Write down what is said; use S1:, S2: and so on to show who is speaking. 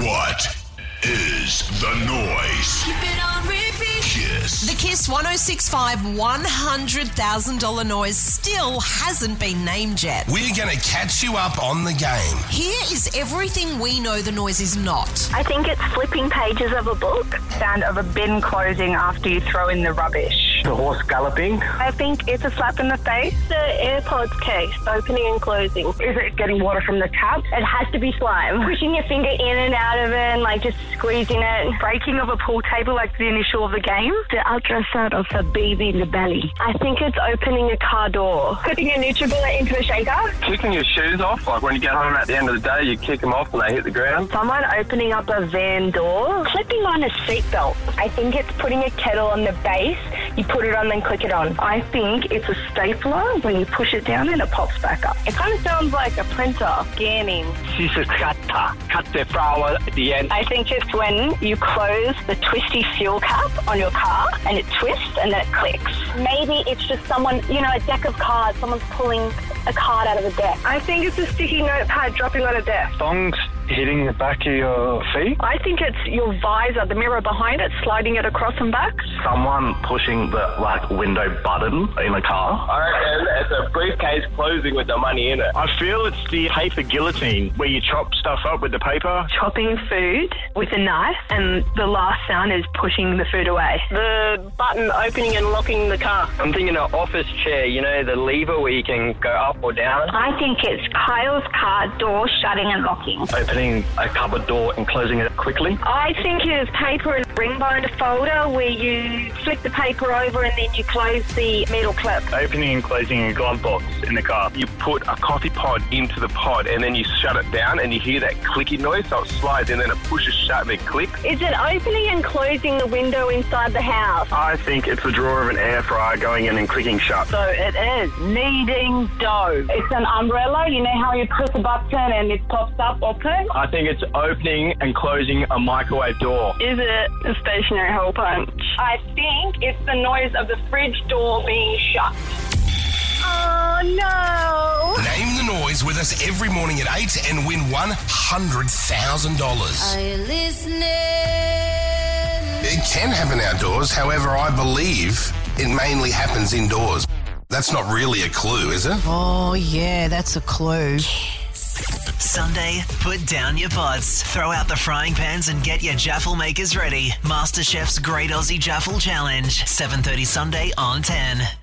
S1: What is the noise?
S2: Keep it on repeat.
S1: Kiss.
S3: The Kiss 1065 $100,000 noise still hasn't been named yet.
S1: We're going to catch you up on the game.
S3: Here is everything we know the noise is not.
S4: I think it's flipping pages of a book.
S5: sound of a bin closing after you throw in the rubbish.
S6: The horse galloping?
S4: I think it's a slap in the face. The AirPods case, opening and closing.
S5: Is it getting water from the tap?
S4: It has to be slime. Pushing your finger in and out of it and like just squeezing it.
S5: Breaking of a pool table like the initial of the game?
S4: The ultrasound of a baby in the belly. I think it's opening a car door. Putting a Nutribullet into a shaker.
S6: Kicking your shoes off, like when you get home at the end of the day, you kick them off and they hit the ground.
S4: Someone opening up a van door. Clipping on a seatbelt. I think it's putting a kettle on the base. You put it on, then click it on.
S5: I think it's a stapler. When you push it down and it pops back up.
S4: It kind of sounds like a printer scanning.
S6: This is cutter. Cut the flower at the end.
S4: I think it's when you close the twisty fuel cap on your car and it twists and then it clicks. Maybe it's just someone, you know, a deck of cards. Someone's pulling a card out of a deck.
S5: I think it's a sticky notepad dropping on a desk.
S6: Thongs hitting the back of your feet.
S5: I think it's your visor, the mirror behind it, sliding it across and back.
S6: Someone pushing the like window button in a car.
S7: I reckon it's a briefcase closing with the money in it.
S8: I feel it's the paper guillotine where you chop stuff up with the paper.
S9: chopping food with a knife, and the last sound is pushing the food away.
S4: The button opening and locking the car.
S6: I'm thinking an office chair, you know, the lever where you can go up or down.
S4: I think it's Kyle's car door shutting and locking.
S6: Opening a cupboard door and closing it quickly.
S4: I think it's paper and ring binder folder where you flip the paper over and then you close the metal clip.
S8: Opening and closing a glove box in the car.
S7: You put a coffee pod into the pod and then you shut it down and you hear that clicky noise, so it slides and then it pushes shut and it clicks.
S4: Is it opening and closing the window inside the house?
S8: I think it's the drawer of an air fryer going in and clicking shut.
S4: So it is kneading dough. It's an umbrella. You know how you press a button and it pops up open?
S6: I think it's opening and closing a microwave door.
S9: Is it a stationary hole punch?
S4: I think it's the noise of the fridge door being shut. Oh no!
S1: Name the noise with us every morning at 8 and win $100,000.
S2: Are you listening?
S1: It can happen outdoors, however, I believe it mainly happens indoors. That's not really a clue, is it?
S3: Oh, yeah, that's a clue.
S10: Sunday, put down your pots, throw out the frying pans, and get your jaffle makers ready. MasterChef's Great Aussie Jaffle Challenge, 7:30 Sunday on 10.